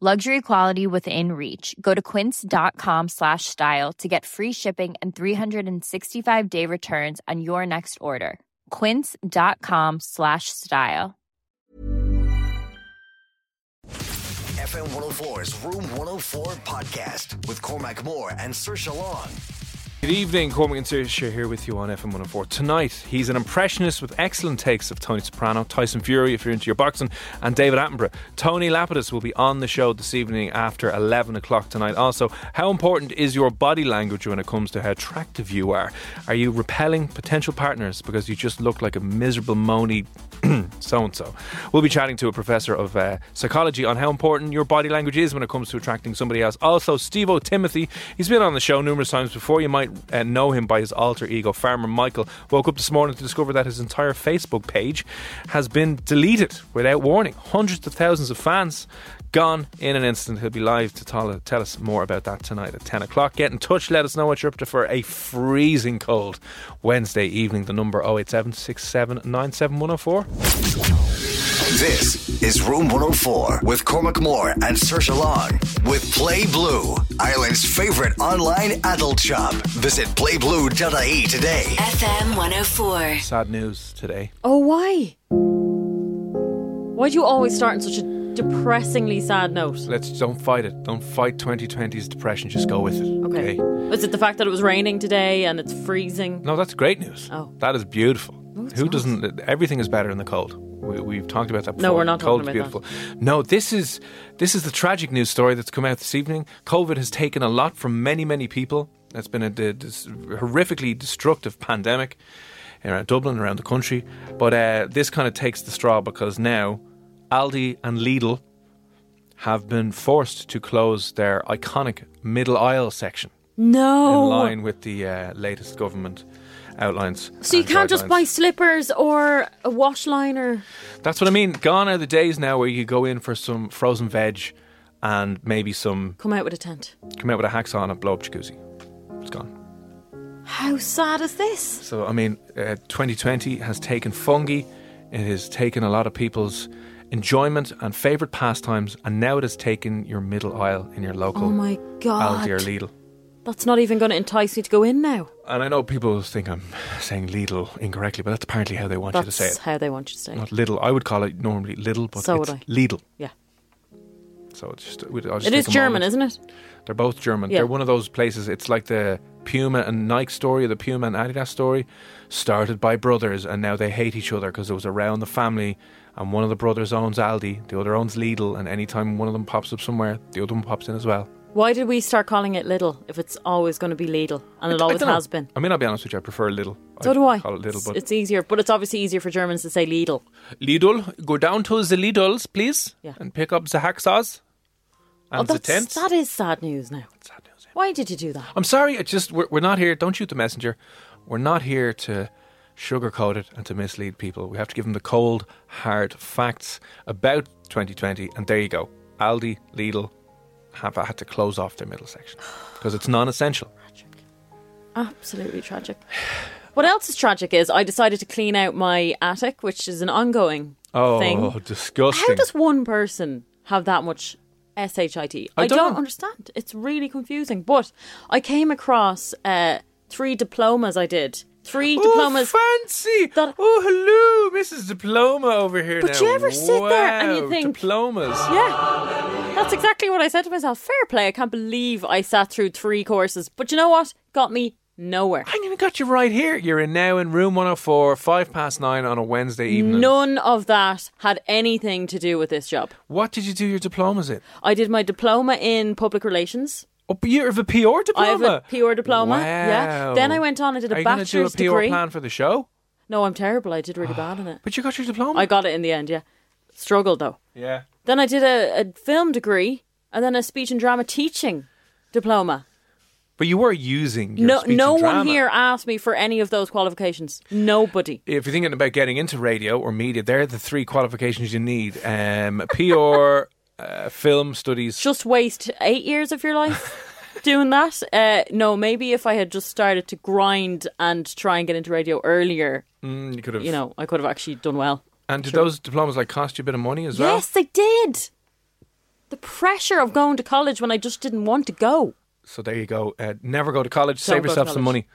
Luxury quality within reach. Go to quince.com slash style to get free shipping and 365 day returns on your next order. Quince.com slash style. FM 104's Room 104 podcast with Cormac Moore and Sir Long. Good evening, Cormac and Saoirse here with you on FM 104. Tonight, he's an impressionist with excellent takes of Tony Soprano, Tyson Fury, if you're into your boxing, and David Attenborough. Tony Lapidus will be on the show this evening after 11 o'clock tonight. Also, how important is your body language when it comes to how attractive you are? Are you repelling potential partners because you just look like a miserable, moany so and so? We'll be chatting to a professor of uh, psychology on how important your body language is when it comes to attracting somebody else. Also, Steve O'Timothy, he's been on the show numerous times before. You might uh, know him by his alter ego, Farmer Michael, woke up this morning to discover that his entire Facebook page has been deleted without warning. Hundreds of thousands of fans gone in an instant. He'll be live to tell, tell us more about that tonight at 10 o'clock. Get in touch. Let us know what you're up to for a freezing cold Wednesday evening. The number 087 This is Room 104 with Cormac Moore and Sir Long with Play Blue, Ireland's favorite online adult shop. Visit playblue.ie today. FM 104. Sad news today. Oh, why? Why do you always start on such a depressingly sad note? Let's don't fight it. Don't fight 2020's depression. Just go with it. Okay. Was it the fact that it was raining today and it's freezing? No, that's great news. Mm. Oh. That is beautiful. it's Who not. doesn't? Everything is better in the cold. We, we've talked about that before. No, we're not The cold talking is about beautiful. No, this is this is the tragic news story that's come out this evening. COVID has taken a lot from many, many people. It's been a d- dis- horrifically destructive pandemic around Dublin, around the country. But uh, this kind of takes the straw because now Aldi and Lidl have been forced to close their iconic middle aisle section No. in line with the uh, latest government outlines. So you and can't just guidelines. buy slippers or a wash liner. That's what I mean. Gone are the days now where you go in for some frozen veg and maybe some Come out with a tent. come out with a hacksaw and a blow up jacuzzi. It's gone. How sad is this? So I mean, uh, 2020 has taken fungi. It has taken a lot of people's enjoyment and favorite pastimes, and now it has taken your middle aisle in your local Oh my god. Aldi or Lidl. That's not even going to entice me to go in now. And I know people think I'm saying Lidl incorrectly, but that's apparently how they want you to say That's it. how they want you to say Not it. Lidl. I would call it normally Lidl, but So it's would I. Lidl. Yeah. So it's just, we- I'll just It is take a German, moment. isn't it? They're both German. Yeah. They're one of those places. It's like the Puma and Nike story, the Puma and Adidas story, started by brothers, and now they hate each other because it was around the family. And one of the brothers owns Aldi, the other owns Lidl, and anytime one of them pops up somewhere, the other one pops in as well. Why did we start calling it Lidl if it's always going to be Lidl and it I always dunno. has been? I mean, I'll be honest with you. I prefer Lidl. So do I. Call it Lidl, It's- but it's easier, but it's obviously easier for Germans to say Lidl. Lidl, go down to the Lidl's, please, Yeah. and pick up the hacksaws and oh, the that's, tents. that is sad news now. Sad news, eh? Why did you do that? I'm sorry. It just we're, we're not here. Don't shoot the messenger. We're not here to sugarcoat it and to mislead people. We have to give them the cold, hard facts about 2020. And there you go. Aldi, Lidl have had to close off their middle section because it's non-essential. Absolutely tragic. What else is tragic is I decided to clean out my attic, which is an ongoing Oh, thing. disgusting! How does one person have that much shit? I, don't know. understand. It's really confusing. But I came across uh, three diplomas I did. Three diplomas. Oh, fancy! that- oh, hello, Mrs. Diploma over here. But now. you ever sit there and you Wow, think- diplomas? yeah. That's exactly what I said to myself. Fair play. I can't believe I sat through three courses. But you know what? Got me Nowhere. Hang on, I got you right here. You're in now in room 104, five past nine on a Wednesday evening. None of that had anything to do with this job. What did you do your diplomas in? I did my diploma in public relations. Oh, but you have a PR diploma. I have a PR diploma. Wow. Yeah. Then I went on and did a Are you gonna bachelor's do a PR degree. plan Ah. for the show? No, I'm terrible. I did really bad in it. But you got your diploma. I got it in the end, yeah. Struggled though. yeah. Then I did a, a film degree and then a speech and drama teaching diploma. But you were using your no speech no and one drama. here asked me for any of those qualifications. Nobody. If you're thinking about getting into radio or media, they're the three qualifications you need: um, PR, uh, film studies. Just waste eight years of your life doing that. Uh, no, maybe if I had just started to grind and try and get into radio earlier, Mm, you could have. you know, I could have actually done well. and did those diplomas like cost you a bit of money as well? Yes, they did. The pressure of going to college when I just didn't want to go. So there you go. Uh, never go to college. save Don't go to yourself some college. money,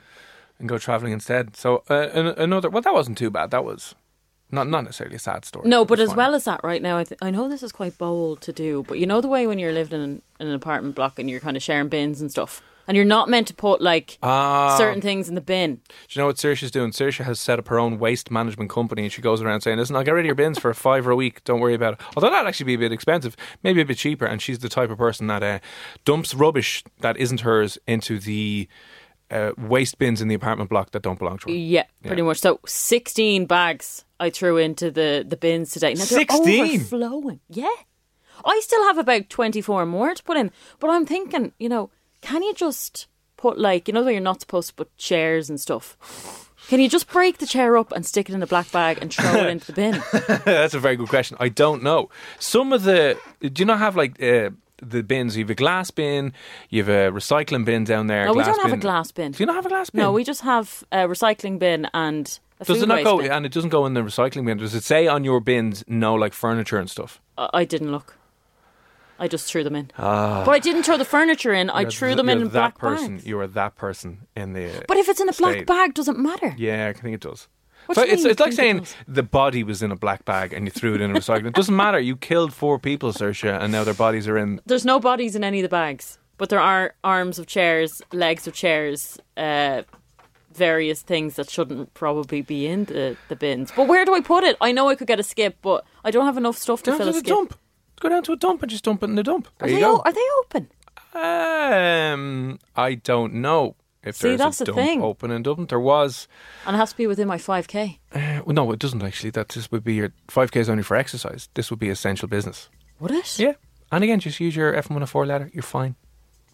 and go traveling instead. So uh, an- another. Well, that wasn't too bad. That was not not necessarily a sad story. No, It but was as fine. well as that, right now, I, th- I know this is quite bold to do, but you know the way when you're living in, in an apartment block and you're kind of sharing bins and stuff, and you're not meant to put like Ah. certain things in the bin. Do you know what Saoirse's doing? Saoirse has set up her own waste management company and she goes around saying, listen, I'll get rid of your bins for a fiver a week. Don't worry about it. Although that'd actually be a bit expensive, maybe a bit cheaper. And she's the type of person that uh, dumps rubbish that isn't hers into the uh, waste bins in the apartment block that don't belong to her. Yeah, pretty much. So 16 bags I threw into the, the bins today. Now they're 16? overflowing. Yeah. I still have about 24 more to put in, but I'm thinking, you know, can you just put like, you know, the way you're not supposed to put chairs and stuff? Can you just break the chair up and stick it in a black bag and throw it into the bin? That's a very good question. I don't know. Some of the do you not have like uh, the bins? You have a glass bin, you have a recycling bin down there. No, we glass don't have a bin. glass bin. Do you not have a glass bin? No, we just have a recycling bin and a Does food it not waste go bin. and it doesn't go in the recycling bin? Does it say on your bins no like furniture and stuff? I I didn't look. I just threw them in. But I didn't throw the furniture in. I You're threw Ah. th- them in you're in that black person. bags. You are that person in the. But if it's in a black state. bag, doesn't matter. yeah, I think it does. What so do you it's mean you it's like think it saying does? the body was in a black bag and you threw it in a recycling. it doesn't matter. You killed four people, Sersha, and now their bodies are in. There's no bodies in any of the bags, but there are arms of chairs, legs of chairs, uh, various things that shouldn't probably be in the, the bins. But where do I put it? I know I could get a skip, but I don't have enough stuff to Down fill to a the skip. dump. Go down to a dump and just dump it in the dump. There Are, you they go. o- are they open? Um, I don't know if See, there's that's a the dump thing. open in Dublin. There was. And it has to be within my 5K. Uh, well, no, it doesn't actually. That this would be your five k is only for exercise. This would be essential business. Would it? Yeah, and again, just use your F one hundred four ladder. You're fine.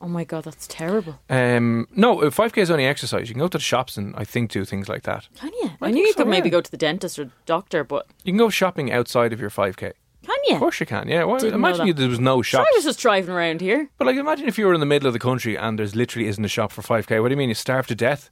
Oh my god, that's terrible. Um, no, five k is only exercise. You can go to the shops and I think do things like that. Can you? I I, knew think you so, could maybe yeah. go to the dentist or doctor, but You can go shopping outside of your five k. can Of you? course you can. Yeah, well, Didn't know imagine that. you, there was no Sure, shops. I was just driving around here. But like, imagine if you were in the middle of the country and there's literally isn't a shop for five k. What do you mean? You starve to death?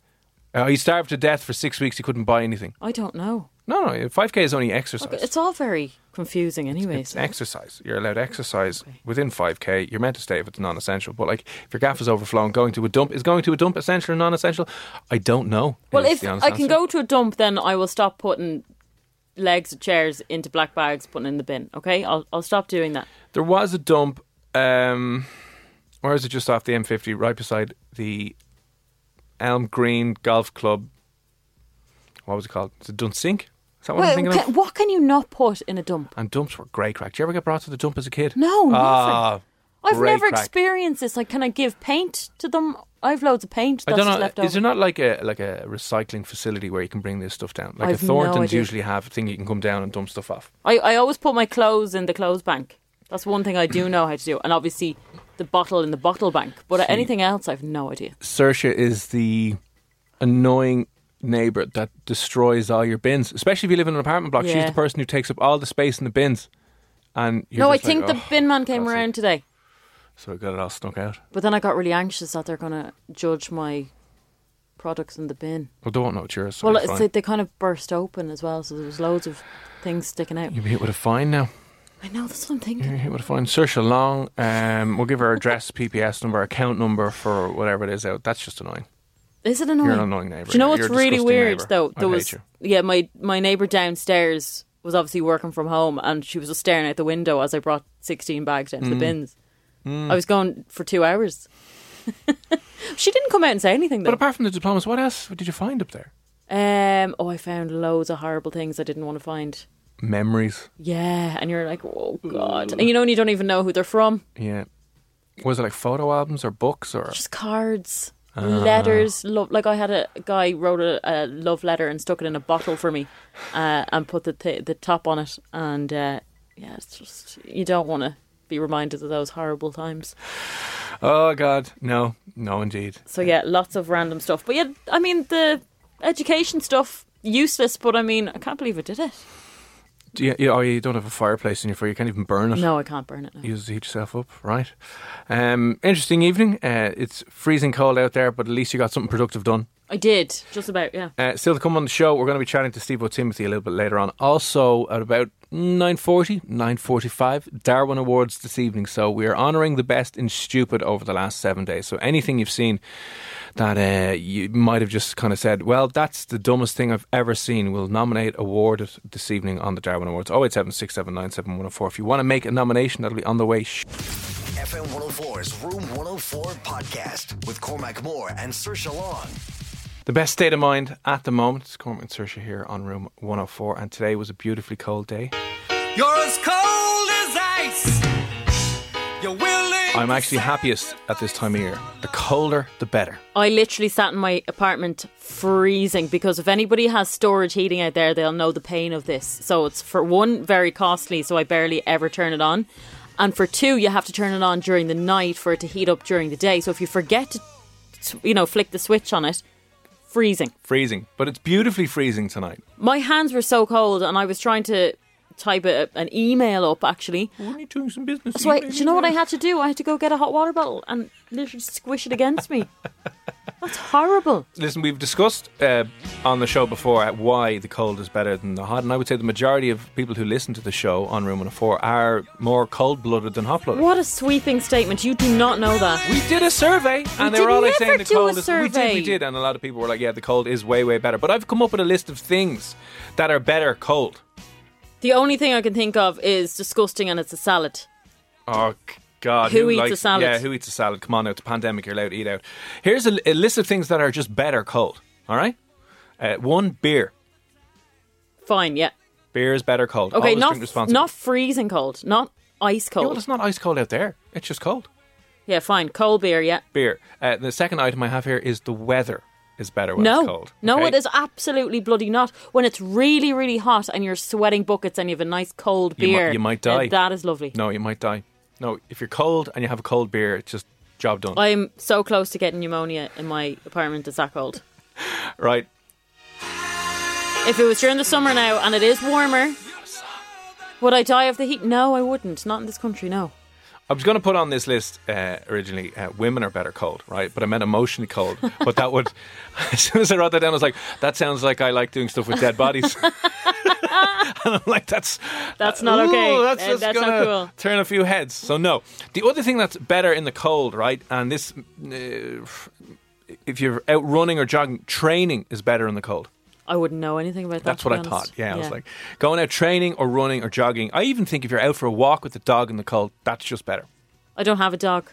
Uh, you starved to death for six weeks. You couldn't buy anything. I don't know. No, no, five k is only exercise. It's all very confusing, anyways. It's exercise. You're allowed exercise within 5k. You're meant to stay if it's non-essential. But like, if your gaff is overflowing, going to a dump is going to a dump essential or non-essential? I don't know. well, is if the I honest can answer. go to a dump, then I will stop putting legs of chairs into black bags, putting in the bin. Okay, I'll I'll stop doing that. there was a dump. Um, where is it? Just off the M50, right beside the Elm Green Golf Club. What was it called? Is it Dunsink? Is that what I'm Wait, thinking can, of? what can you not put in a dump? And dumps were great crack. Did you ever get brought to the dump as a kid? No, nothing. Ah, I've great never crack. experienced this. Like, can I give paint to them? I've loads of paint I that's don't know. just left is over. there not like a like a recycling facility where you can bring this stuff down? Like I've a no Thornton's idea. usually have a thing you can come down and dump stuff off. I, I always put my clothes in the clothes bank. That's one thing I do know how to do. And obviously the bottle in the bottle bank. But anything else, I've no idea. Sersha is the annoying neighbor that destroys all your bins, especially if you live in an apartment block. She's Yeah. the person who takes up all the space in the bins. And you're no, I just like, think the "Oh, bin man came God's sake." around today. So I got it all snuck out. But then I got really anxious that they're going to judge my products in the bin. I don't know what yours. So Well, well, it's like they kind of burst open as well. So there was loads of things sticking out. you'll be hit with a fine now. I know, that's what I'm thinking. You're hit with a fine. Sersha Long. Um, we'll give her address, PPS number, account number for whatever it is out. That's just annoying. Is it annoying? You're an annoying neighbour, Do you know yeah. what's You're a really disgusting weird neighbour. though? I There hate was you. yeah, my my neighbour downstairs was obviously working from home, and she was just staring Mm. out the window as I brought sixteen bags into the bins. I was gone for two hours. She didn't come out and say anything But though. apart from the diplomas, what else did you find up there? um, oh, I found loads of horrible things I didn't want to find. Memories. Yeah, and you're like, oh god, and you know, and you don't even know who they're from. Yeah. Was it like photo albums or books or? Just cards, letters, love. Like I had a a guy wrote a, a love letter and stuck it in a bottle for me, uh, and put the th- the top on it. And uh, yeah, it's just you don't want to be reminded of those horrible times. Oh God, no, no, indeed. So yeah, lots of random stuff. But yeah, I mean the education stuff useless. But I mean, I can't believe I did it. Do you, you, oh, you don't have a fireplace in your fire. You can't even burn it. No, I can't burn it. Now. You just heat yourself up, right? Um, interesting evening. Uh, it's freezing cold out there, but at least you got something productive done. I did just about. Yeah. Uh, still to come on the show, we're going to be chatting to Steve O'Timothy a little bit later on. Also at about 9.40, 9.45, Darwin Awards this evening. So we are honouring the best in stupid over the last seven days. So anything you've seen that uh, you might have just kind of said, well, that's the dumbest thing I've ever seen, we'll nominate, award it this evening on the Darwin Awards. 087 679 7104. If you want to make a nomination, that'll be on the way. Sh- FM 104's Room 104 podcast with Cormac Moore and Sir Long. The best state of mind at the moment. It's Cormac and Saoirse here on Room 104, and today was a beautifully cold day. You're as cold as ice. You're willing. I'm actually happiest at this time of year. The colder, the better. I literally sat in my apartment freezing because if anybody has storage heating out there, they'll know the pain of this. So it's for one, very costly, so I barely ever turn it on. And for two, you have to turn it on during the night for it to heat up during the day. So if you forget to, to, you know, flick the switch on it, freezing. Freezing, but it's beautifully freezing tonight. My hands were so cold and I was trying to type a, an email up actually. We're only doing some business. So I, do you know what I had to do? I had to go get a hot water bottle and literally squish it against me. That's horrible. Listen, we've discussed uh, on the show before uh, why the cold is better than the hot, and I would say the majority of people who listen to the show on Room 104 are more cold-blooded than hot-blooded. What a sweeping statement. You do not know that. We did a survey, and they did were all like never saying the do a cold is. We did, we survey. did, and a lot of people were like, "Yeah, the cold is way, way better." But I've come up with a list of things that are better cold. The only thing I can think of is disgusting and it's a salad. Oh c- God! Who eats a likes- salad? Yeah, who eats a salad? Come on, now, it's a pandemic. You're allowed to eat out. Here's a, a list of things that are just better cold. All right, uh, one beer. Fine, yeah. Beer is better cold. Okay, Always not drink responsibly. not freezing cold, not ice Yeah, well, cold. it's not ice cold out there. It's just cold. Yeah, fine. Cold beer, yeah. Beer. Uh, the second item I have here is the weather is better when no. it's cold. No, okay? it is absolutely bloody not. When it's really, really hot and you're sweating buckets and you have a nice cold You mi- beer. you might then die. That is lovely. No, you might die. No, if you're cold and you have a cold beer, it's just job done. I'm so close to getting pneumonia in my apartment. It's that cold. right. If it was during the summer now and it is warmer, would I die of the heat? No, I wouldn't. Not in this country, no. I was going to put on this list uh, originally. Uh, women are better cold, right? But I meant emotionally cold. But that would, as soon as I wrote that down, I was like, that sounds like I like doing stuff with dead bodies. and I'm like, that's That's not ooh, okay. That's, Uh, just that's gonna not cool. turn a few heads. So no. The other thing that's better in the cold, right? And this, uh, if you're out running or jogging, training is better in the cold. I wouldn't know anything about that. That's to what I be thought. honest. Yeah, I was like, going out training or running or jogging. I even think if you're out for a walk with the dog in the cold, that's just better. I don't have a dog.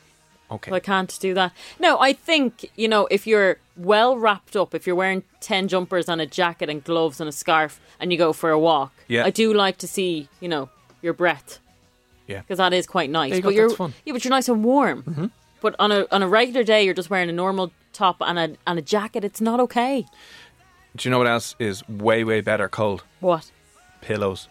Okay. So I can't do that. No, I think, you know, if you're well wrapped up, if you're wearing 10 jumpers and a jacket and gloves and a scarf and you go for a walk, Yeah. I do like to see, you know, your breath. Yeah. Because that is quite nice. There you go, but you're that's fun. Yeah, but you're nice and warm. Mm-hmm. But on a on a regular day you're just wearing a normal top and a and a jacket, it's not okay. Do you know what else is way, way better cold? What? Pillows.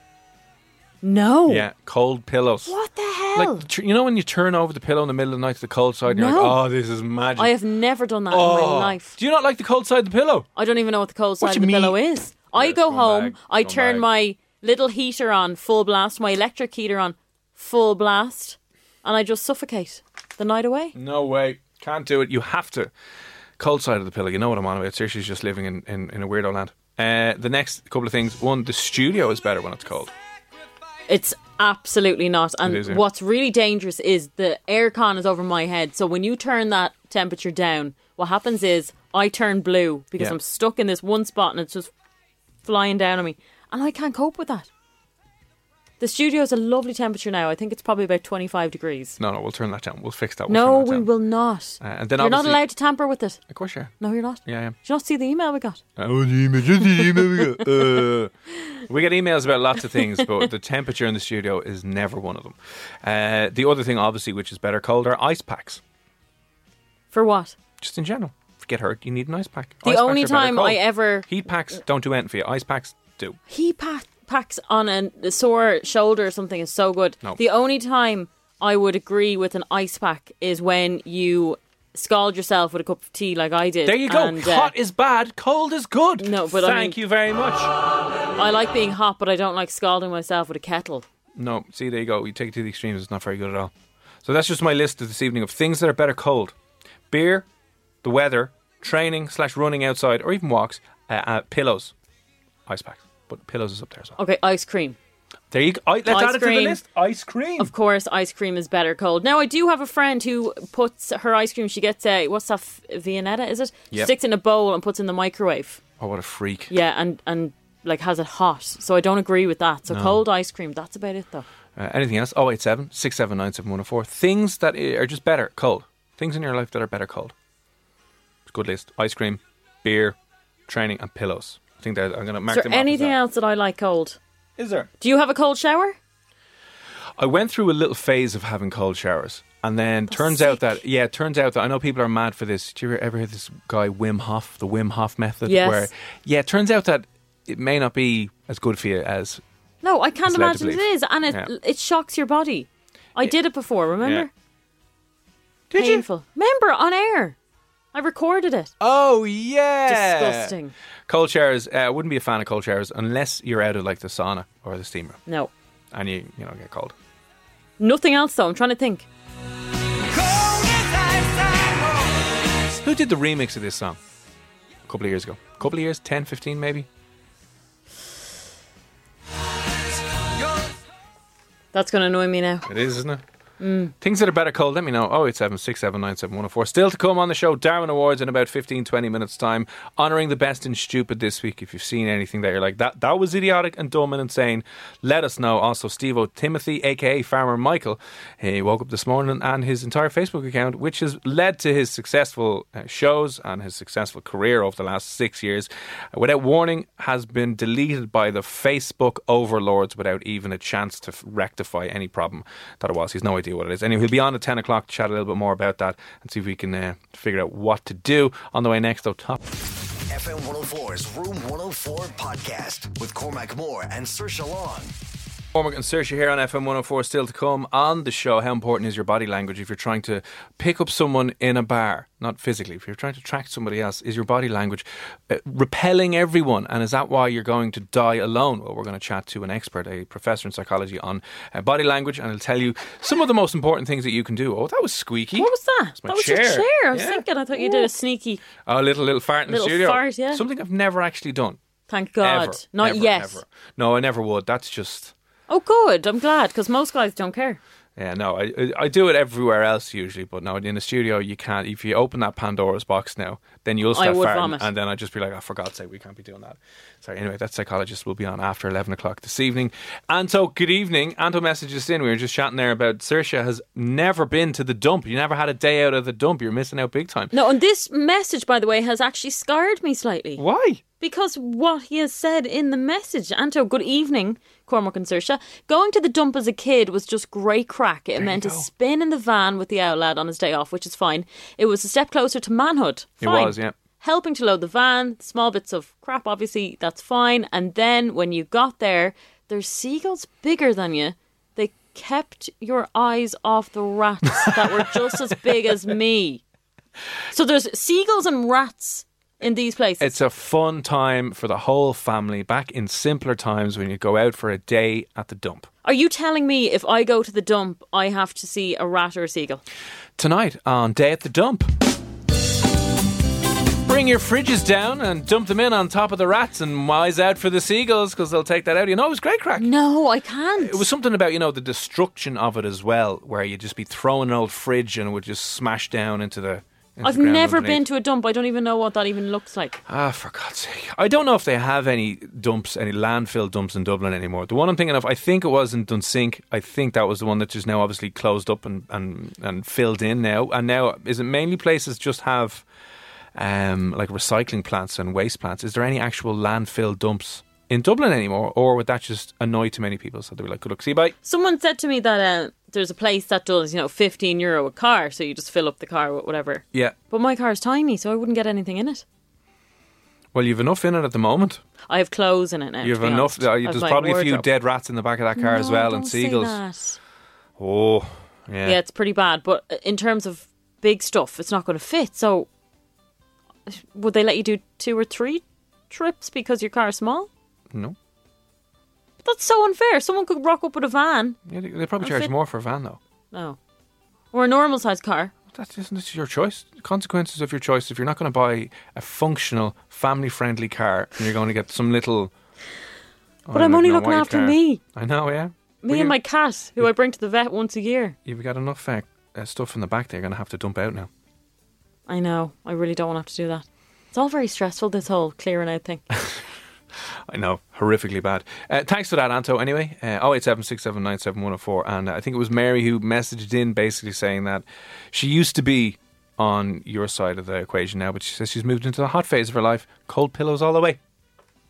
No. Yeah, cold pillows. What the hell? Like, tr- you know when you turn over the pillow in the middle of the night to the cold side and you're No. like, oh, this is magic. I have never done that in my oh. life. Do you not like the cold side of the pillow? I don't even know what the cold What side you of the mean? pillow is. I Yeah, go scumbag, home, I scumbag. turn my little heater on full blast, my electric heater on full blast, and I just suffocate the night away. No way. Can't do it. You have to. Cold side of the pillow. You know what I'm on about. Seriously, just living in, in, in a weirdo land. Uh, the next couple of things. One, the studio is better when it's cold. It's absolutely not. And It is, yeah. what's really dangerous is the aircon is over my head. So when you turn that temperature down, what happens is I turn blue because Yeah. I'm stuck in this one spot and it's just flying down on me. And I can't cope with that. The studio's a lovely temperature now. I think it's probably about 25 degrees. No, no, we'll turn that down. We'll fix that. We'll No, turn that we down. will not. Uh, and then You're not obviously- allowed to tamper with it. Of course, yeah. No, you're not. Yeah, I am. Did you not see the email we got? Oh, the email, just the email we got. Uh, we get emails about lots of things, but the temperature in the studio is never one of them. Uh, the other thing, obviously, which is better cold, are ice packs. For what? Just in general, if you get hurt, you need an ice pack. The Ice packs only are better time cold. I ever- heat packs don't do anything for you. Ice packs do. He pack, packs on a, a sore shoulder or something is so good. No. The only time I would agree with an ice pack is when you scald yourself with a cup of tea like I did. There you go. and, uh, Hot is bad, cold is good. No, but I thank mean- you very much. I like being hot, but I don't like scalding myself with a kettle. No, see, there you go. You take it to the extremes. It's not very good at all. So that's just my list this evening of things that are better cold: beer, the weather, training slash running outside, or even walks, uh, uh, pillows, ice packs. But pillows is up there as well. Okay, ice cream. There you go. I, let's Ice add it to the cream. list. Ice cream. Of course, ice cream is better cold. Now, I do have a friend who puts her ice cream, she gets a, what's that, f- Viennetta, is it? Yep. Sticks in a bowl and puts in the microwave. oh, what a freak. Yeah, and, and like has it hot. So I don't agree with that. So cold ice cream, that's about it though. Uh, anything else? 087 679 7104. Things that i- are just better cold. Things in your life that are better cold. It's a good list. Ice cream, beer, training, and pillows. I think that I'm going to mark Is them there off as anything that. else that I like cold? Is there? Do you have a cold shower? I went through a little phase of having cold showers. And then turns out that, yeah, turns out that I know people are mad for this. Do you ever hear this guy, Wim Hof, the Wim Hof method? Yes. Where, yeah, it turns out that it may not be as good for you as. No, I can't It's led to imagine it believe. is, and it Yeah. it shocks your body. I did it before, remember? Did you? Painful. Remember on air, I recorded it. Oh, yeah. Disgusting. Cold showers. uh, I wouldn't be a fan of cold showers unless you're out of like the sauna or the steam room No, and you you know get cold. nothing else though. I'm trying to think. Cold as ice, I Who did the remix of this song? A couple of years ago. A couple of years, 10, 15 maybe. know. You're That's going to annoy me now. It is, isn't it? Things that are better cold, let me know. 087 Still to come on the show, Darwin Awards in about 15, 20 minutes' time. Honouring the best in stupid this week. If you've seen anything that you're like, that that was idiotic and dumb and insane, let us know. Also, Steve O. Timothy, aka Farmer Michael, he woke up this morning and his entire Facebook account, which has led to his successful uh, shows and his successful career over the last six years, uh, without warning, has been deleted by the Facebook overlords without even a chance to f- rectify any problem that it was. He's no idea what it is. Anyway, he'll be on at 10 o'clock to chat a little bit more about that and see if we can uh, figure out what to do. On the way next, though, top. FM 104's Room 104 podcast with Cormac Moore and Sir Long. Cormac and Saoirse here on FM 104 still to come on the show. How important is your body language if you're trying to pick up someone in a bar? Not physically, if you're trying to attract somebody else, is your body language uh, repelling everyone? And is that why you're going to die alone? Well, we're going to chat to an expert, a professor in psychology on uh, body language, and he'll tell you some of the most important things that you can do. Oh, that was squeaky. What was that? It's my that was your chair. I was thinking. I thought you did a sneaky. Oh, little, little fart in Little the studio. fart, yeah. Something I've never actually done. Thank God. Ever. Not Ever, yet. ever. No, I never would. That's just. Oh, good. I'm glad because most guys don't care. Yeah, no, I I- I do it everywhere else usually, but no, in the studio you can't. If you open that Pandora's box now, then you'll I start would farting, vomit. and then I'd just be like, oh, for God's sake, we can't be doing that. Sorry. Anyway, that psychologist will be on after eleven o'clock this evening. Anto, good evening. Anto messages in. We were just chatting there about Sersha has never been to the dump. You never had a day out of the dump. You're missing out big time. No, and this message, by the way, has actually scarred me slightly. Why? Because what he has said in the message, Anto, good evening, Cormac and Saoirse. Going to the dump as a kid was just great crack. It meant a spin in the van with the owl lad on his day off, which is fine. It was a step closer to manhood. It Fine. was, yeah. Helping to load the van, small bits of crap, obviously, that's fine. And then when you got there, there's seagulls bigger than you. They kept your eyes off the rats that were just as big as me. So there's seagulls and rats in these places. It's a fun time for the whole family. Back in simpler times when you go out for a day at the dump. Are you telling me if I go to the dump, I have to see a rat or a seagull? tonight on Day at the Dump. Bring your fridges down and dump them in on top of the rats and wise out for the seagulls because they'll take that out. You know, it was great crack. No, I can't. It was something about, you know, the destruction of it as well, where you'd just be throwing an old fridge and it would just smash down into the into I've the ground never underneath. been to a dump. I don't even know what that even looks like. Ah, for God's sake. I don't know if they have any dumps, any landfill dumps in Dublin anymore. The one I'm thinking of, I think it was in Dunsink. I think that was the one that is now obviously closed up and, and, and filled in now. And now, is it mainly places just have um, like recycling plants and waste plants? Is there any actual landfill dumps in Dublin anymore? Or would that just annoy too many people? So they were like, good luck, see you, bye. Someone said to me that uh, there's a place that does, you know, 15 euro a car, so you just fill up the car with whatever. Yeah. But my car's tiny, so I wouldn't get anything in it. Well, you've enough in it at the moment. I have clothes in it now. you to have be enough. honest. uh, I have There's my probably a few wardrobe. dead rats in the back of that car as No, well, don't and say seagulls. that. Oh, Yeah. it's pretty bad. But in terms of big stuff, it's not going to fit. So would they let you do two or three trips because your car's small? No. That's so unfair. Someone could rock up with a van. Yeah, they, they probably Or charge fit- more for a van though. No. Or a normal sized car. That's isn't this your choice? Consequences of your choice. If you're not going to buy a functional, family-friendly car, and you're going to get some little. Oh, But I'm only looking white after me. I know, yeah. Me Well, and you- my cat, who I bring to the vet once a year. You've got enough uh, uh, stuff in the back. They're going to have to dump out now. I know. I really don't want to have to do that. It's all very stressful, this whole clearing out thing. I know, horrifically bad. Uh, thanks for that, Anto. Anyway, oh eight seven six seven nine seven one zero four, and uh, I think it was Mary who messaged in, basically saying that she used to be on your side of the equation now, but she says she's moved into the hot phase of her life. Cold pillows all the way.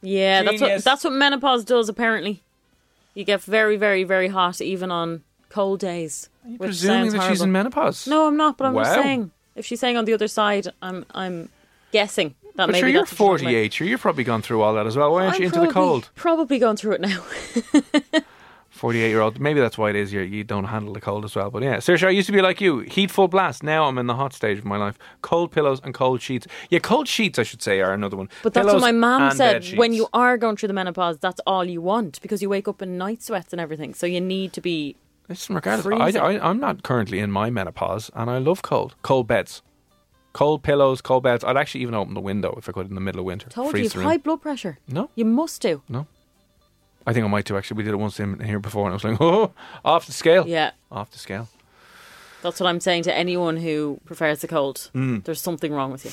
Yeah, that's Genius. what that's what menopause does. Apparently, you get very, very, very hot even on cold days. which Presuming sounds that she's horrible. in menopause. No, I'm not. But I'm just Wow. saying, if she's saying on the other side, I'm I'm guessing that But maybe sure, you're that's what she's like. 48. Sure, you've probably gone through all that as well. Why aren't I'm you into probably, the cold? Probably going through it now. 48 year old. Maybe that's why it is you're, you don't handle the cold as well. But yeah, Saoirse, I used to be like you. Heat full blast. Now I'm in the hot stage of my life. Cold pillows and cold sheets. Yeah, cold sheets, I should say, are another one. But that's what Pillows my mom and said. bed When sheets. you are going through the menopause, that's all you want because you wake up in night sweats and everything. So you need to be. Listen, regardless, I, Freezing. I, I'm not currently in my menopause, and I love cold, cold beds, cold pillows, cold beds. I'd actually even open the window if I could in the middle of winter. Told you, freeze you've the room. high blood pressure. No. you must do. No, I think I might do. Actually, we did it once in here before, and I was like, oh, off the scale. Yeah. off the scale. That's what I'm saying to anyone who prefers the cold. Hmm. There's something wrong with you.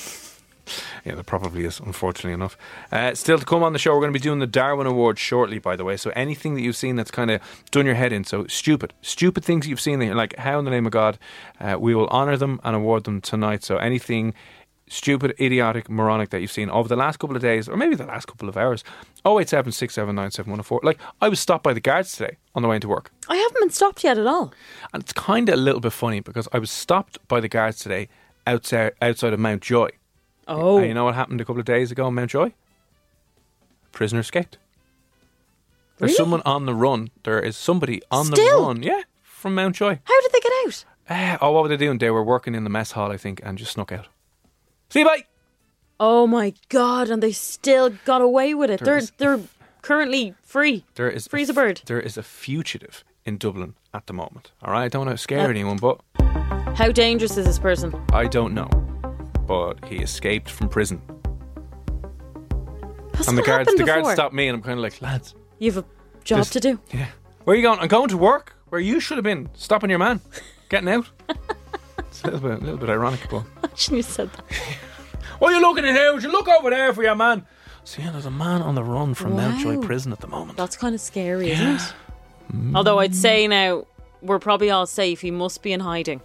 Yeah, there probably is, unfortunately enough. Uh, still to come on the show, we're going to be doing the Darwin Award shortly, by the way. So anything that you've seen that's kind of done your head in, so stupid, stupid things that you've seen that you're like, how in the name of God, uh, we will honour them and award them tonight. So anything stupid, idiotic, moronic that you've seen over the last couple of days, or maybe the last couple of hours, 087 Like, I was stopped by the guards today on the way into work. I haven't been stopped yet at all. And it's kind of a little bit funny because I was stopped by the guards today outside, outside of Mount Joy. Oh, And you know what happened a couple of days ago in Mountjoy? Prisoner escaped. There's Really? someone on the run. There is somebody on Still? the run. Yeah, from Mountjoy. how did they get out? Eh, oh, what were they doing? They were working in the mess hall, I think, and just snuck out. See you, bye. Oh my god! And they still got away with it. There They're is- they're currently free. There is free as a f- bird. There is a fugitive in Dublin at the moment. All right, I don't want to scare Uh, anyone, but How dangerous is this person? I don't know. But he escaped from prison, Has and the that guards, happened the guards before? stopped me, and I'm kind of like, lads, You have a job Just- to do. Yeah. Where are you going? I'm going to work where you should have been stopping your man, getting out. it's a little bit, a little bit ironic, but Imagine you said that. what are you looking at here? Would you look over there for your man? So yeah, there's a man on the run from Wow. Mountjoy Prison at the moment. That's kind of scary, isn't it? Mm. Although I'd say now we're probably all safe. He must be in hiding.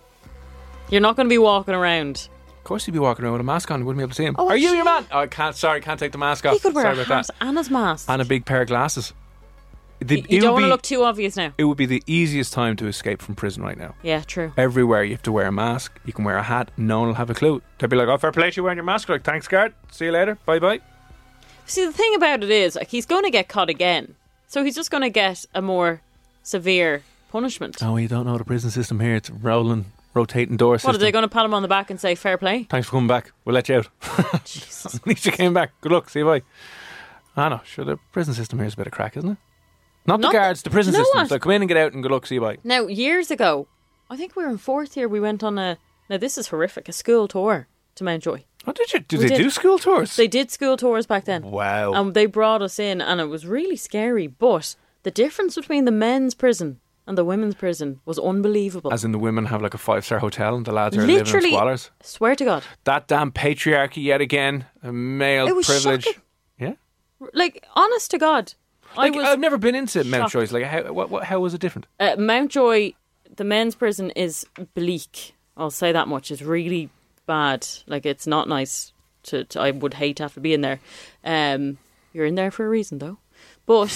You're not going to be walking around. of course, he'd be walking around with a mask on. You wouldn't be able to see him. Oh, are you actually- your man? Oh, I can't. Sorry, can't take the mask off. he could wear sorry a about hat that. and his mask. And a big pair of glasses. The- You- it you would don't want be- to look too obvious now. It would be the easiest time to escape from prison right now. Yeah, true. Everywhere you have to wear a mask. You can wear a hat. No one will have a clue. They'll be like, "Oh, fair play to you wearing your mask." Like, thanks, guard. See you later. Bye, bye. See, the thing about it is, like, he's going to get caught again, so he's just going to get a more severe punishment. Oh, you don't know the prison system here. It's rolling, rotating door system. What are they going to pat him on the back and say fair play? Thanks for coming back. We'll let you out. Jesus. At least you came back. Good luck. See you bye. I know. Sure, the prison system here is a bit of crack, isn't it? Not the Not the- guards, the prison You know system. what? So come in and get out and good luck. See you bye. Now, years ago, I think we were in fourth year. We went on a now this is horrific a school tour to Mountjoy. What Oh, did you do? We they did. do school tours? They did school tours back then. Wow. And they brought us in, and it was really scary. But the difference between the men's prison and the women's prison was unbelievable. As in the women have like a five star hotel and the lads are living Literally, in squalors. swear to God, That damn patriarchy yet again. A male It was privilege. shocking. Yeah. like honest to God, Like, I was I've never been into Mountjoy's. Like, how, what, what, how was it different? uh, Mountjoy, the men's prison is bleak. I'll say that much. It's really bad. Like it's not nice. To, to I would hate to have to be in there. Um, you're in there for a reason, though. But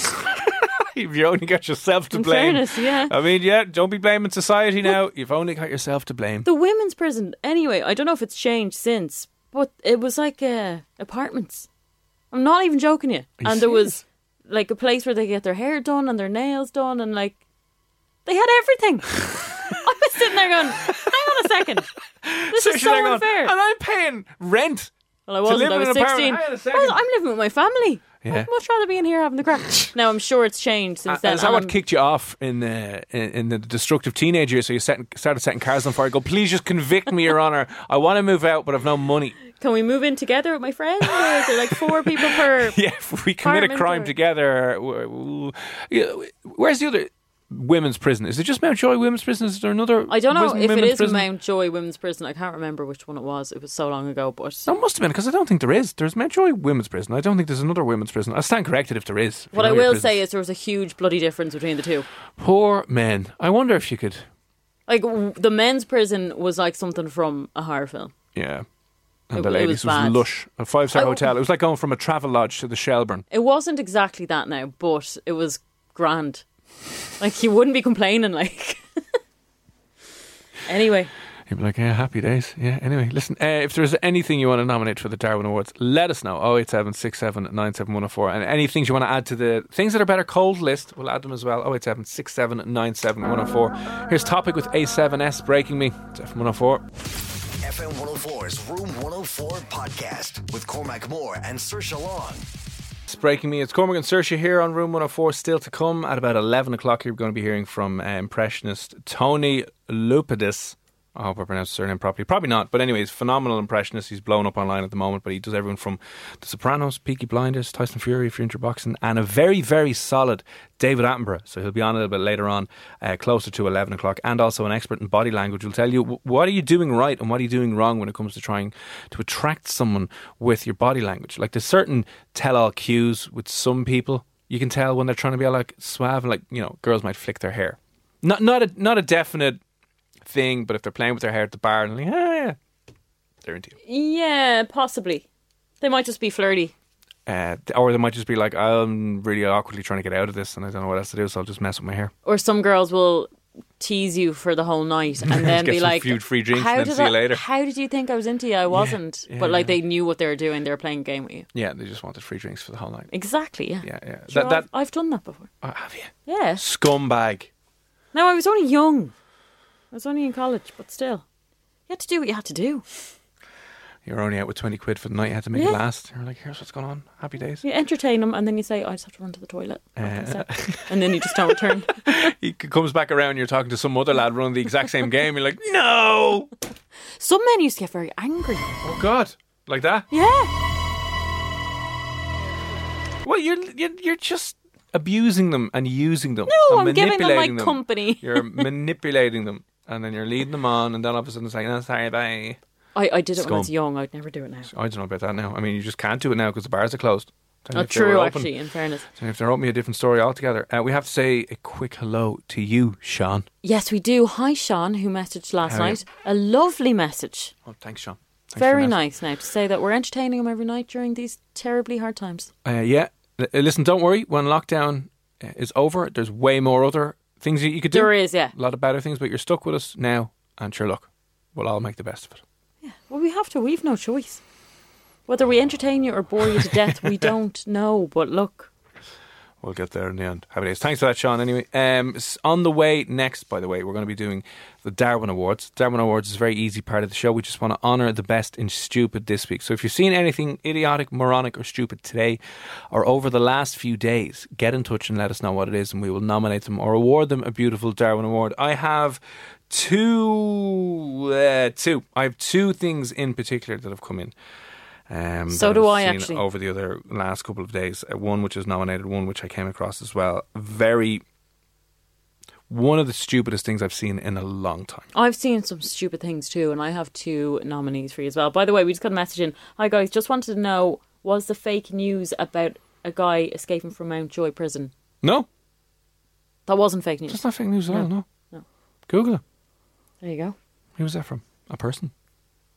You've only got yourself to In blame. fairness, yeah. I mean, yeah, don't be blaming society now. You've only got yourself to blame. the women's prison, anyway. I don't know if it's changed since, but it was like uh, apartments. I'm not even joking you. you and there was like a place where they get their hair done and their nails done, and like they had everything. I was sitting there going, "Hang on a second, this So is she's so like going, unfair." And I'm paying rent. Well, I wasn't. live I in was an apartment- hang 16. on a I was, second. I'm living with my family. Yeah. Uh, I'd much rather be in here having the crap. now, I'm sure it's changed since then. And someone and I'm- kicked you off in the in, in the destructive teenage years, so you set, started setting cars on fire. Go, please just convict me, Your Honor. I want to move out, but I've no money. Can we move in together with my friends? Or is there like four people per. Yeah, if we commit a Apartment crime or- together. w- w- yeah, Where's the other women's prison? Is it just Mountjoy women's prison? Is there another? I don't know wis- if it women's is prison? Mountjoy Women's Prison. I can't remember which one it was. It was so long ago, but. There must have been because I don't think there is. There's Mountjoy women's prison. I don't think there's another women's prison. I stand corrected if there is. if you What I know your will prisons. say is there was a huge bloody difference between the two. poor men. I wonder if you could. Like, w- the men's prison was like something from a horror film. Yeah. And It- the it ladies was, was bad. lush. A five star I- hotel. It was like going from a travel lodge to the Shelburne. It wasn't exactly that now, but it was grand. Like, you wouldn't be complaining, like. anyway. You'd be like, yeah, happy days. Yeah, anyway, listen, uh, if there's anything you want to nominate for the Darwin Awards, let us know. 087 67 97104. And any things you want to add to the things that are better cold list, we'll add them as well. 087 67 97104. Here's Topic with A7S Breaking Me. oh It's F104. FM 104's Room 104 podcast with Cormac Moore and Sir Long. It's breaking me. It's Cormac and Saoirse here on Room 104. Still to come at about 11 o'clock, you're going to be hearing from uh, impressionist Tony Lupidus. I hope I pronounced his surname properly. Probably not, but anyways, phenomenal impressionist. He's blown up online at the moment, but he does everyone from The Sopranos, Peaky Blinders, Tyson Fury, if you're into boxing, and a very, very solid David Attenborough. So he'll be on a little bit later on, uh, closer to 11 o'clock, and also an expert in body language. will tell you wh- what are you doing right and what are you doing wrong when it comes to trying to attract someone with your body language. Like there's certain tell-all cues with some people. You can tell when they're trying to be all like suave, and like you know, girls might flick their hair. Not not a not a definite thing, but if they're playing with their hair at the bar and like, ah, yeah, they're into you. Yeah, possibly. They might just be flirty. Uh, or they might just be like, I'm really awkwardly trying to get out of this, and I don't know what else to do, so I'll just mess with my hair. Or some girls will tease you for the whole night and then Get be some like, few free drinks how and then did see you I- later." How did you think I was into you? I wasn't. yeah, but like yeah. they knew what they were doing. They were playing a game with you. Yeah, they just wanted free drinks for the whole night. Exactly. Yeah. Yeah, yeah. Sure, that that I've, I've done that before. oh, have you Yeah. scumbag. No, I was only young. I was only in college, but still. You had to do what you had to do. You're only out with twenty quid for the night. You had to make Yeah. it last. You're like, here's what's going on. Happy days. You entertain them and then you say, I just have to run to the toilet. Okay, Uh, so- and then you just don't return. He c- comes back around. You're talking to some other lad running the exact same game. You're like, no. Some men used to get very angry. Oh God, like that. Yeah. Well, you're you're, you're just abusing them and using them. No, and I'm giving them my manipulating company. You're manipulating them, and then you're leading them on, and then all of a sudden it's like, no, sorry, bye. I, I did it when I was Scum. young. I'd never do it now. I don't know about that now. I mean, you just can't do it now because the bars are closed. Tell you Oh, if they were true, open. actually, in fairness. So if they're open, a different story altogether. Uh, we have to say a quick hello to you, Sean. Yes, we do. Hi, Sean, who messaged last How are you? night. A lovely message. Oh, thanks, Sean. Thanks for Very your message. nice now to say that we're entertaining him every night during these terribly hard times. Uh, yeah. L- uh, listen, don't worry. When lockdown uh, is over, there's way more other things that you could do. There is, yeah. A lot of better things, but you're stuck with us now. And sure, look, we'll all make the best of it. Well, we have to. We've no choice. Whether we entertain you or bore you to death, we don't know. But look, We'll get there in the end. Happy days. Thanks for that, Sean. Anyway, um, s- on the way next, by the way, we're going to be doing the Darwin Awards. Darwin Awards is a very easy part of the show. We just want to honour the best in stupid this week. So if you've seen anything idiotic, moronic, or stupid today or over the last few days, get in touch and let us know what it is, and we will nominate them or award them a beautiful Darwin Award. I have two, uh, two. I have two things in particular that have come in. Um, So that do I've I, seen actually. Over the other last couple of days, Uh, one which is nominated, one which I came across as well. Very one of the stupidest things I've seen in a long time. I've seen some stupid things too, and I have two nominees for you as well. By the way, we just got a message in. Hi guys, just wanted to know was the fake news about a guy escaping from Mountjoy prison? No, That wasn't fake news. that's not fake news at all. No. No. Google it. There you go. Who was that from? A person.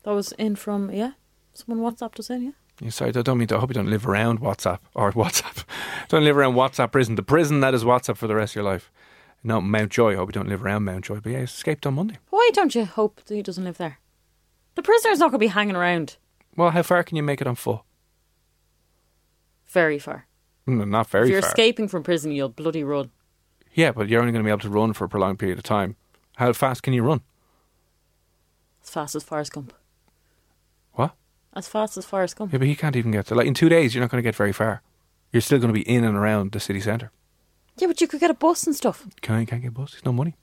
That was in from yeah. Someone WhatsApped us in, yeah. Yeah, sorry, I don't mean to. I hope you don't live around WhatsApp or WhatsApp. don't live around WhatsApp prison. The prison that is WhatsApp for the rest of your life. No, Mountjoy. I hope you don't live around Mountjoy. But yeah, he escaped on Monday. Why don't you hope that he doesn't live there? The prisoner's not going to be hanging around Well, how far can you make it on foot? very far. Mm, Not very if you're far. escaping from prison, you'll bloody run. yeah, but you're only going to be able to run for a prolonged period of time. How fast can you run? As fast as Forrest Gump. What? As fast as Forrest Gump. Yeah, but he can't even get there. Like in two days, you're not going to get very far. You're still going to be in and around the city centre. Yeah, but you could get a bus and stuff. Can't, can't get buses. No money.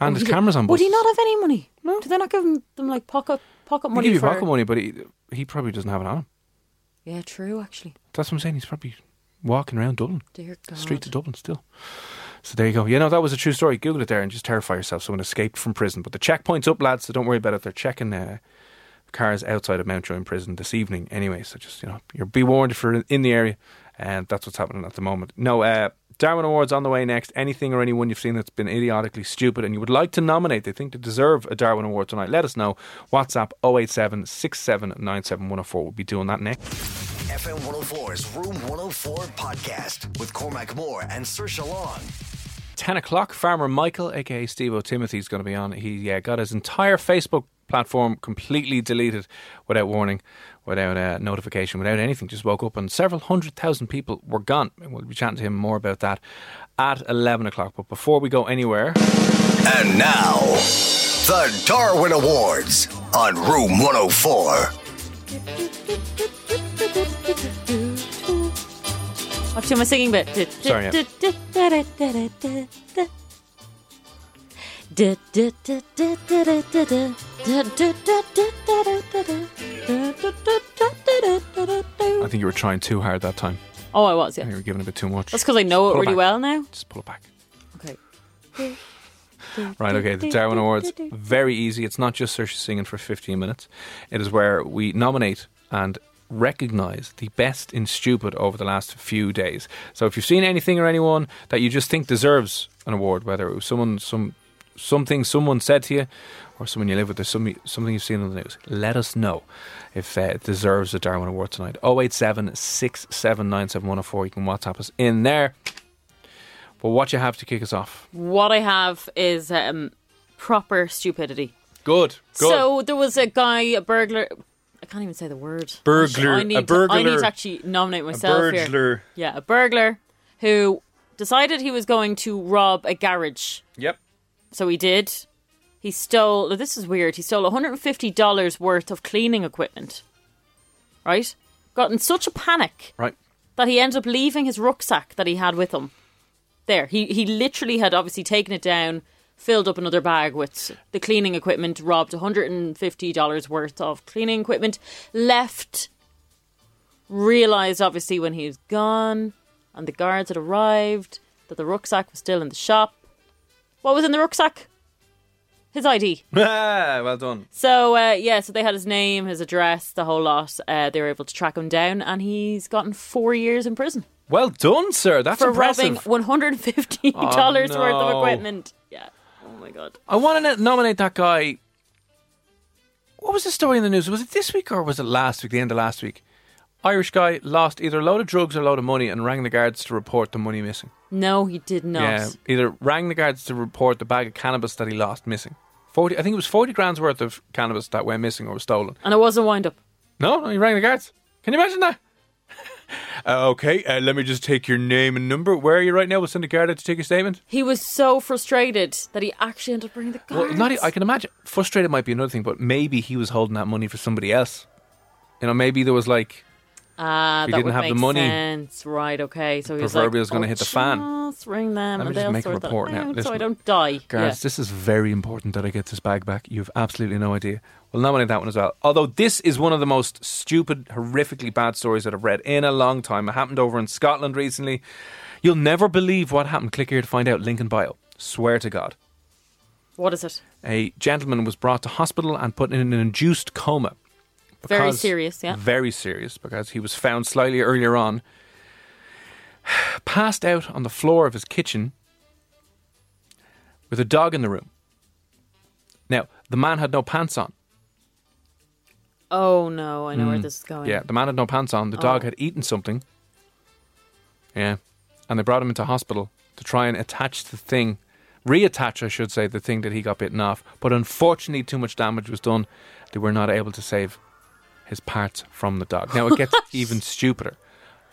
And there's cameras on Would buses. he not have any money? No. Do they not give him them like pocket pocket They money? give you for... pocket money, but he, he probably doesn't have it on him. Yeah, true. Actually, That's what I'm saying. He's probably walking around Dublin. dear God. Street to Dublin still. So there you go. Yeah, no, that was a true story. Google it there and just terrify yourself. Someone escaped from prison. But the checkpoint's up, lads, so don't worry about it. They're checking uh, cars outside of Mountjoy in prison this evening anyway. So just, you know, you're be warned if you're in the area. And that's what's happening at the moment. No, uh, Darwin Awards on the way next. Anything or anyone you've seen that's been idiotically stupid and you would like to nominate, they think they deserve a Darwin Award tonight, let us know. WhatsApp 087 6797104. We'll be doing that next. FM 104's Room 104 podcast with Cormac Moore and Sir Long. 10 o'clock, Farmer Michael, aka Steve O'Timothy, is going to be on. He yeah, got his entire Facebook platform completely deleted without warning, without uh, notification, without anything. Just woke up and several hundred thousand people were gone. And we'll be chatting to him more about that at 11 o'clock. But before we go anywhere, And now, the Darwin Awards on Room 104. I've done my singing bit. Sorry, yeah. I think you were trying too hard that time. Oh, I was, I think yeah. you were giving a bit too much. That's because I Pull know it it really back. well now. Just pull it back. Okay. Right, okay, the Darwin Awards. Very easy. It's not just Saoirse singing for 15 minutes. It is where we nominate and recognise the best in stupid over the last few days. So if you've seen anything or anyone that you just think deserves an award, whether it was someone, some, something someone said to you or someone you live with, or some, something you've seen on the news, let us know if uh, it deserves a Darwin Award tonight. 087 679 7104. You can WhatsApp us in there. But what you have to kick us off? What I have is um, proper stupidity. Good, good. So there was a guy, a burglar. I can't even say the word. Burglar, I a need To, I need burglar. to actually nominate myself here. Yeah, a burglar who decided he was going to rob a garage. Yep. So he did. He stole. oh, This is weird. He stole 150 dollars worth of cleaning equipment. Right. Got in such a panic Right. that he ended up leaving his rucksack that he had with him. There, he he literally had obviously taken it down, filled up another bag with the cleaning equipment, robbed 150 dollars worth of cleaning equipment, left. Realized obviously when he was gone, and the guards had arrived that the rucksack was still in the shop. What was in the rucksack? His ID. well done. So uh, yeah, so they had his name, his address, the whole lot. Uh, they were able to track him down, and he's gotten four years in prison Well done, sir. That's for robbing impressive. one hundred and fifty dollars Oh, worth no. of equipment. Yeah. Oh my god. I want to nominate that guy. What was the story in the news? Was it this week or was it last week? The end of last week. Irish guy lost either a load of drugs or a load of money and rang the guards to report the money missing. No, he did not. Yeah, either rang the guards to report the bag of cannabis that he lost missing. Forty, I think it was forty grand's worth of cannabis that went missing or was stolen. And it was a wind up. No, no, you rang the guards. Can you imagine that? Uh, okay, uh, let me just take your name and number. Where are you right now? We'll send a guard out to take your statement. He was so frustrated that he actually ended up bringing the guards. Well, not e- I can imagine. Frustrated might be another thing, but maybe he was holding that money for somebody else. You know, maybe there was like, Ah, He that didn't would have the make money. Sense. Right. Okay. So he was like, Proverbial's gonna "Oh, hit the fan." Just ring Let them, me and just they'll make a sort that report now. out so Listen. I don't die. guards, this is very important that I get this bag back. You have absolutely no idea. We'll nominate that one as well. Although this is one of the most stupid, horrifically bad stories that I've read in a long time. It happened over in Scotland recently. You'll never believe what happened. Click here to find out. Link in bio. Swear to God. What is it? A gentleman was brought to hospital and put in an induced coma. Very serious, yeah. Very serious because he was found slightly earlier on passed out on the floor of his kitchen with a dog in the room. Now, the man had no pants on. Oh no, I know where this is Mm, going. Yeah, the man had no pants Oh. on. The dog had eaten something. Yeah. And they brought him into hospital to try and attach the thing, reattach, I should say, the thing that he got bitten off. But unfortunately, too much damage was done. They were not able to save his parts from the dog. Now, it gets even stupider.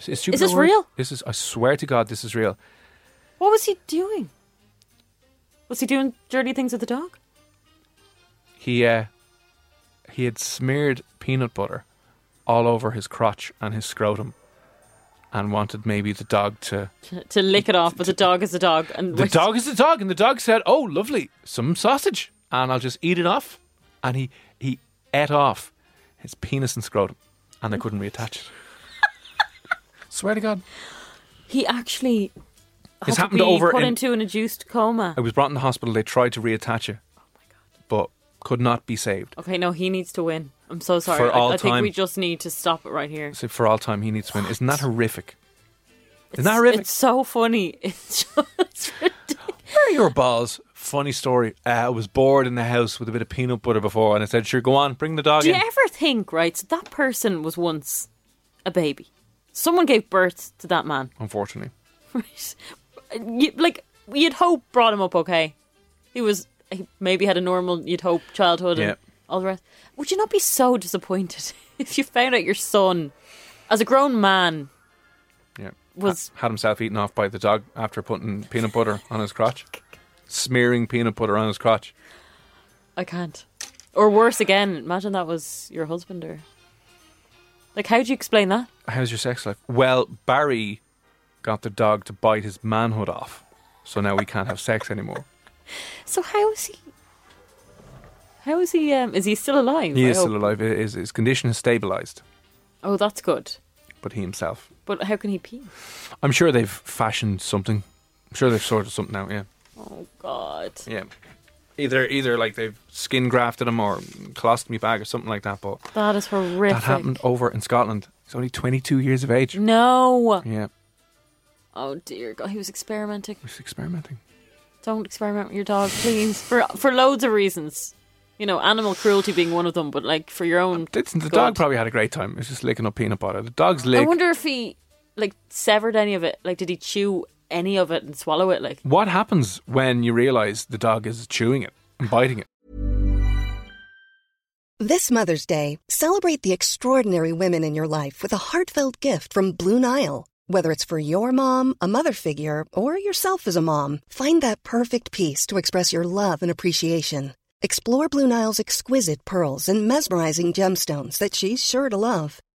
Is, stupid Is this a word? real? This is, I swear to God, this is real. What was he doing? Was he doing dirty things with the dog? he uh, he had smeared peanut butter all over his crotch and his scrotum, and wanted maybe the dog to. To lick it off, but the dog is a dog, and The dog is the dog, and the dog said, "Oh, lovely, some sausage, and I'll just eat it off." And he he ate off his penis and scrotum, and they couldn't reattach it. Swear to God, He actually had It's to happened be over put in- into an induced coma. it was brought in the hospital. They tried to reattach it, Oh but could not be saved. Okay, no, he needs to win. I'm so sorry. For I, all I think time. we just need to stop it right here. So for all time, he needs to win. Isn't that horrific? Isn't that It's- horrific? It's so funny. It's just Where are your balls? Funny story. Uh, I was bored in the house with a bit of peanut butter before, and I said, "Sure, go on, bring the dog Do you in." ever think, right? So that person was once a baby. Someone gave birth to that man. Unfortunately, Right? You, like you'd hope brought him up okay. He was he maybe had a normal you'd hope childhood Yeah. and all the rest. Would you not be so disappointed if you found out your son, as a grown man, yeah, was had himself eaten off by the dog after putting peanut butter on his crotch, smearing peanut butter on his crotch. I can't, or worse again? Imagine that was your husband or. Like, how do you explain that? How's your sex life? Well, Barry got the dog to bite his manhood off, so now we can't have sex anymore. So how is he? How is he? Um, is he still alive? He I is hope. still alive. His, his condition has stabilized, Oh, that's good. but he himself. But how can he pee? I'm sure they've fashioned something. I'm sure they've sorted something out. Yeah. Oh God. Yeah. Either either like they've skin grafted him or colostomy bag or something like that, but That is horrific. that happened over in Scotland. He's only 22 years of age. No. Yeah, Oh dear God, he was experimenting. he's experimenting. Don't experiment with your dog, please. For for loads of reasons. You know, animal cruelty being one of them, but like for your own. Listen, the good. dog probably had a great time. It's just licking up peanut butter. The dog's I lick. wonder if he like severed any of it. Like, did he chew any of it and swallow it? Like, what happens when you realise the dog is chewing it and biting it? This Mother's Day, celebrate the extraordinary women in your life with a heartfelt gift from Blue Nile. Whether it's for your mom, a mother figure, or yourself as a mom, find that perfect piece to express your love and appreciation. Explore Blue Nile's exquisite pearls and mesmerizing gemstones that she's sure to love.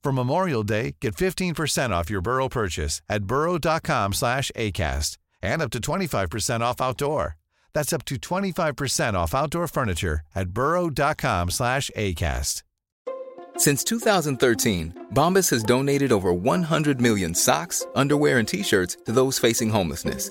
For Memorial Day, get 15% off your Burrow purchase at burrow.com/acast and up to 25% off outdoor. That's up to 25% off outdoor furniture at burrow.com/acast. Since 2013, Bombas has donated over 100 million socks, underwear, and t shirts to those facing homelessness.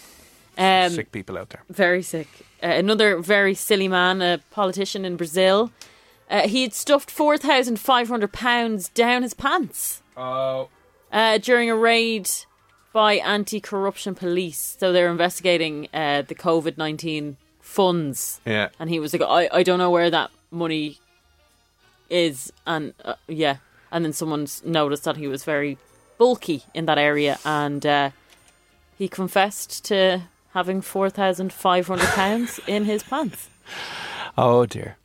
Um, Sick people out there. Very sick. Uh, another very silly man, a politician in Brazil. Uh, he had stuffed four thousand five hundred pounds down his pants Oh, uh, during a raid by anti-corruption police. So they're investigating uh, the COVID nineteen funds. Yeah. And he was like, I, I don't know where that money is. And uh, yeah. And then someone's noticed that he was very bulky in that area. And uh, he confessed to having £4,500 in his pants. Oh dear.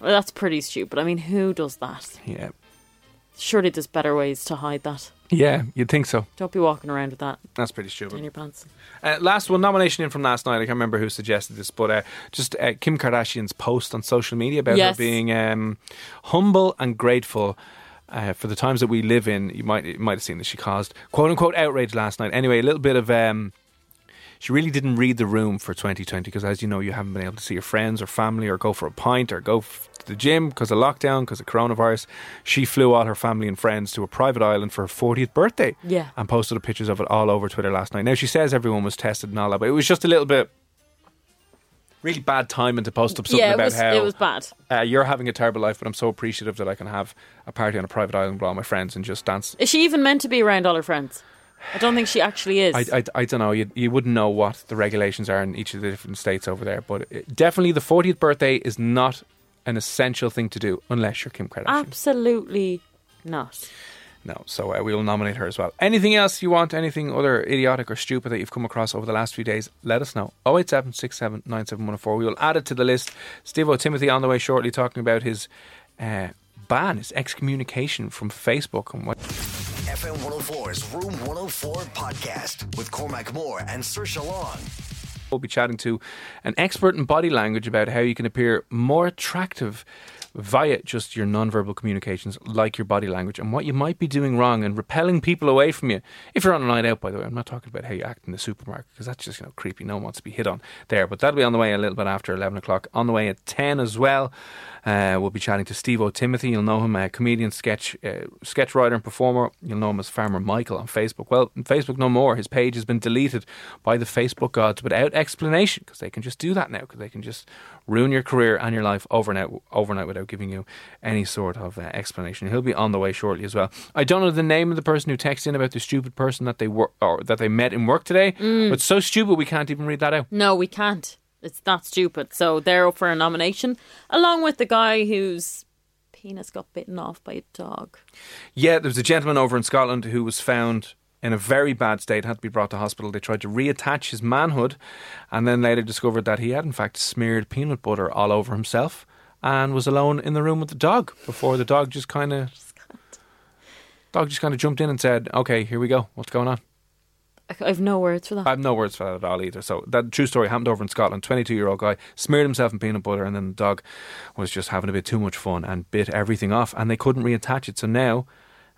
Well, that's pretty stupid. I mean, who does that? Yeah. Surely there's better ways to hide that. Yeah, you'd think so. Don't be walking around with that That's pretty in stupid. your pants. Uh, last one nomination in from last night. I can't remember who suggested this, but uh, just uh, Kim Kardashian's post on social media about Yes. her being um, humble and grateful. Uh, for the times that we live in, you might you might have seen that she caused quote unquote outrage last night. Anyway, a little bit of um, she really didn't read the room for 2020 because, as you know, you haven't been able to see your friends or family or go for a pint or go f- to the gym because of lockdown, because of coronavirus. She flew all her family and friends to a private island for her 40th birthday Yeah. and posted pictures of it all over Twitter last night. Now, she says everyone was tested and all that, but it was just a little bit really bad timing to post up something yeah, it about was, how it was bad. Uh, you're having a terrible life, but I'm so appreciative that I can have a party on a private island with all my friends and just dance. Is she even meant to be around all her friends? I don't think she actually is. I, I, I don't know. You, you wouldn't know what the regulations are in each of the different states over there, but it, definitely the 40th birthday is not an essential thing to do unless you're Kim Kardashian. Absolutely not. No, so uh, we will nominate her as well. Anything else you want, anything other idiotic or stupid that you've come across over the last few days, let us know. 087 67 97104. We will add it to the list. Steve O'Timothy on the way shortly talking about his uh, ban, his excommunication from Facebook and what. FM 104's Room 104 podcast with Cormac Moore and Sir Long. We'll be chatting to an expert in body language about how you can appear more attractive via just your nonverbal communications, like your body language, and what you might be doing wrong and repelling people away from you. If you're on a night out, by the way, I'm not talking about how you act in the supermarket because that's just you know creepy. No one wants to be hit on there. But that'll be on the way a little bit after 11 o'clock. On the way at 10 as well, uh, we'll be chatting to Steve O'Timothy. You'll know him, a comedian, sketch uh, sketch writer, and performer. You'll know him as Farmer Michael on Facebook. Well, Facebook no more. His page has been deleted by the Facebook gods without explanation because they can just do that now because they can just ruin your career and your life overnight, overnight without giving you any sort of uh, explanation. He'll be on the way shortly as well. I don't know the name of the person who texted in about the stupid person that they were or that they met in work today. But it's so stupid we can't even read that out. No, we can't. It's that stupid. So they're up for a nomination, along with the guy whose penis got bitten off by a dog. Yeah, there was a gentleman over in Scotland who was found in a very bad state, had to be brought to hospital. They tried to reattach his manhood and then later discovered that he had, in fact, smeared peanut butter all over himself and was alone in the room with the dog before the dog just kind of. Dog just kind of jumped in and said, "Okay, here we go. What's going on?" I- I've no words for I that. have no words for that at all either. So that true story happened over in Scotland. Twenty-two-year-old guy smeared himself in peanut butter, and then the dog was just having a bit too much fun and bit everything off, and they couldn't reattach it. So now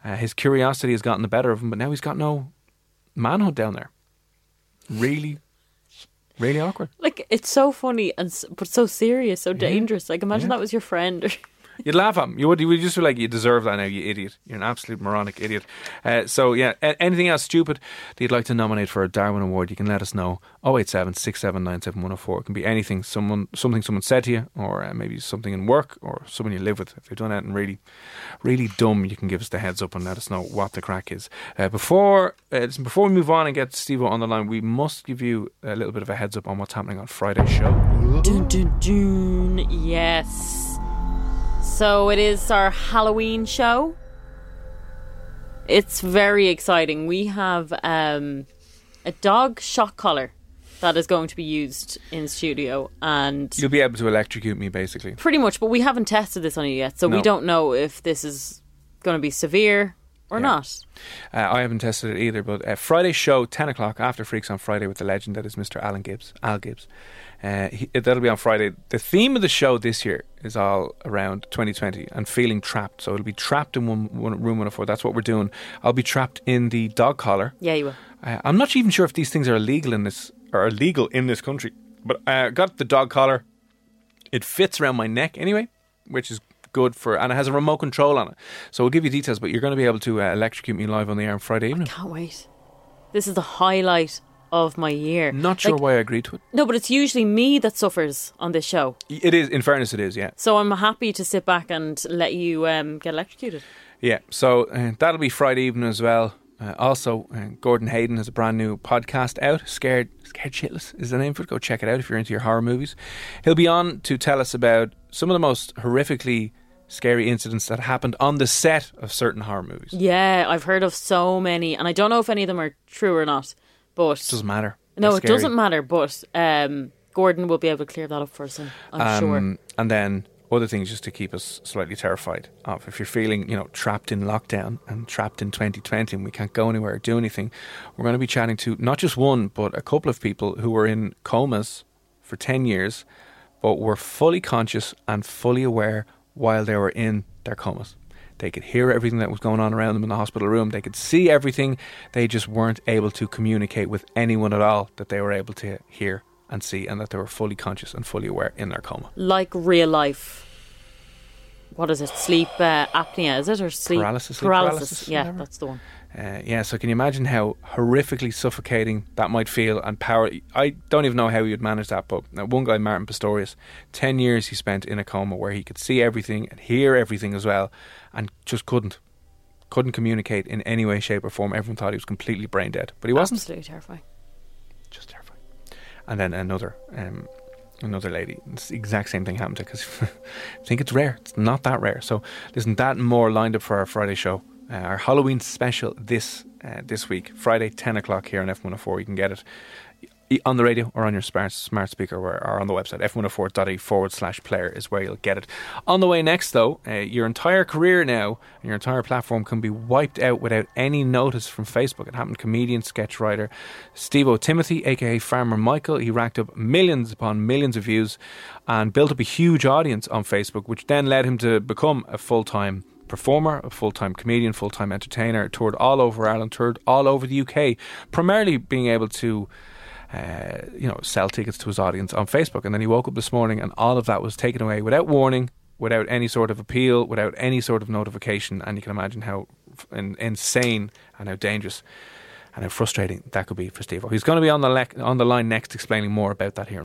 uh, his curiosity has gotten the better of him, but now he's got no manhood down there. Really, really awkward. Like it's so funny and s- but so serious, so dangerous. Like imagine Yeah. that was your friend. Or You'd laugh at him. You would. You would just be like, "You deserve that now, you idiot. You're an absolute moronic idiot." Uh, so yeah, a- anything else stupid that you'd like to nominate for a Darwin Award, you can let us know. 087 679 7104. It can be anything, someone, something someone said to you, or uh, maybe something in work, or someone you live with. If they've done anything really, really dumb, you can give us the heads up and let us know what the crack is. Uh, before uh, listen, before we move on and get Steve on the line, we must give you a little bit of a heads up on what's happening on Friday's show. dun, dun, dun. Yes. So it is our Halloween show. It's very exciting. We have um, a dog shock collar that is going to be used in studio, and You'll be able to electrocute me, basically. Pretty much, but we haven't tested this on you yet, so No. we don't know if this is going to be severe or not. Uh, I haven't tested it either, but uh, Friday show, 10 o'clock after Freaks on Friday with the legend that is Mr. Alan Gibbs, Al Gibbs. Uh, he, that'll be on Friday. The theme of the show this year is all around 2020 and feeling trapped. So it'll be trapped in one, one room 104. That's what we're doing. I'll be trapped in the dog collar. Yeah, you will. Uh, I'm not even sure if these things are illegal in this are illegal in this country, but I uh, got the dog collar. It fits around my neck anyway, which is good for, and it has a remote control on it. So we'll give you details, but you're going to be able to uh, electrocute me live on the air on Friday evening. Can't wait. This is the highlight of my year. Not sure Like, why I agreed to it. No, but it's usually me that suffers on this show, It is, in fairness, it is, yeah. so I'm happy to sit back and let you um, get electrocuted. Yeah, so uh, that'll be Friday evening as well. Uh, also, uh, Gordon Hayden has a brand new podcast out. Scared, scared shitless is the name for it. Go check it out if you're into your horror movies. He'll be on to tell us about some of the most horrifically scary incidents that happened on the set of certain horror movies. Yeah, I've heard of so many, and I don't know if any of them are true or not. But It doesn't matter. No, They're it scary. doesn't matter. But um, Gordon will be able to clear that up for us. I'm I'm sure. Um, And then other things just to keep us slightly terrified of. If you're feeling, you know, trapped in lockdown and trapped in 2020 and we can't go anywhere or do anything, we're going to be chatting to not just one, but a couple of people who were in comas for 10 years, but were fully conscious and fully aware while they were in their comas. They could hear everything that was going on around them in the hospital room. They could see everything. They just weren't able to communicate with anyone at all that they were able to hear and see, and that they were fully conscious and fully aware in their coma. Like real life. What is it? Sleep uh, apnea? Is it or sleep Paralysis, sleep paralysis, Yeah, whatever. that's the one. Uh, yeah, so can you imagine how horrifically suffocating that might feel and power? I don't even know how he would manage that, but uh, one guy, Martin Pistorius, 10 years he spent in a coma where he could see everything and hear everything as well and just couldn't. Couldn't communicate in any way, shape, or form. Everyone thought he was completely brain dead, but he wasn't. Absolutely terrifying. And then another, um, another lady. It's the exact same thing happened to because I think it's rare. It's not that rare. So listen, that and more lined up for our Friday show, uh, our Halloween special this uh, this week, Friday, ten o'clock here on F one hundred four. You can get it e- on the radio or on your smart smart speaker or, or on the website f104.e forward slash player is where you'll get it on the way next though uh, your entire career now and your entire platform can be wiped out without any notice from facebook it happened to comedian sketch writer steve o'timothy aka farmer michael he racked up millions upon millions of views and built up a huge audience on facebook which then led him to become a full-time performer, a full time comedian, full time entertainer, toured all over Ireland, toured all over the UK, primarily being able to. Uh, you know, sell tickets to his audience on Facebook, and then he woke up this morning, and all of that was taken away without warning, without any sort of appeal, without any sort of notification. And you can imagine how f- in- insane and how dangerous and how frustrating that could be for Steve. He's going to be on the lec- on the line next, explaining more about that here.